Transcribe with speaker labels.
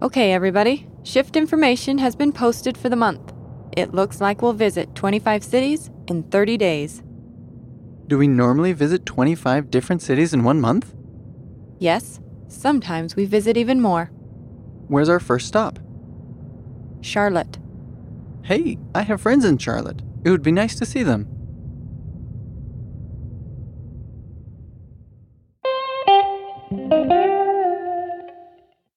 Speaker 1: Okay, everybody, shift information has been posted for the month. It looks like we'll visit 25 cities in 30 days.
Speaker 2: Do we normally visit 25 different cities in one month?
Speaker 1: Yes, sometimes we visit even more.
Speaker 2: Where's our first stop?
Speaker 1: Charlotte.
Speaker 2: Hey, I have friends in Charlotte. It would be nice to see them.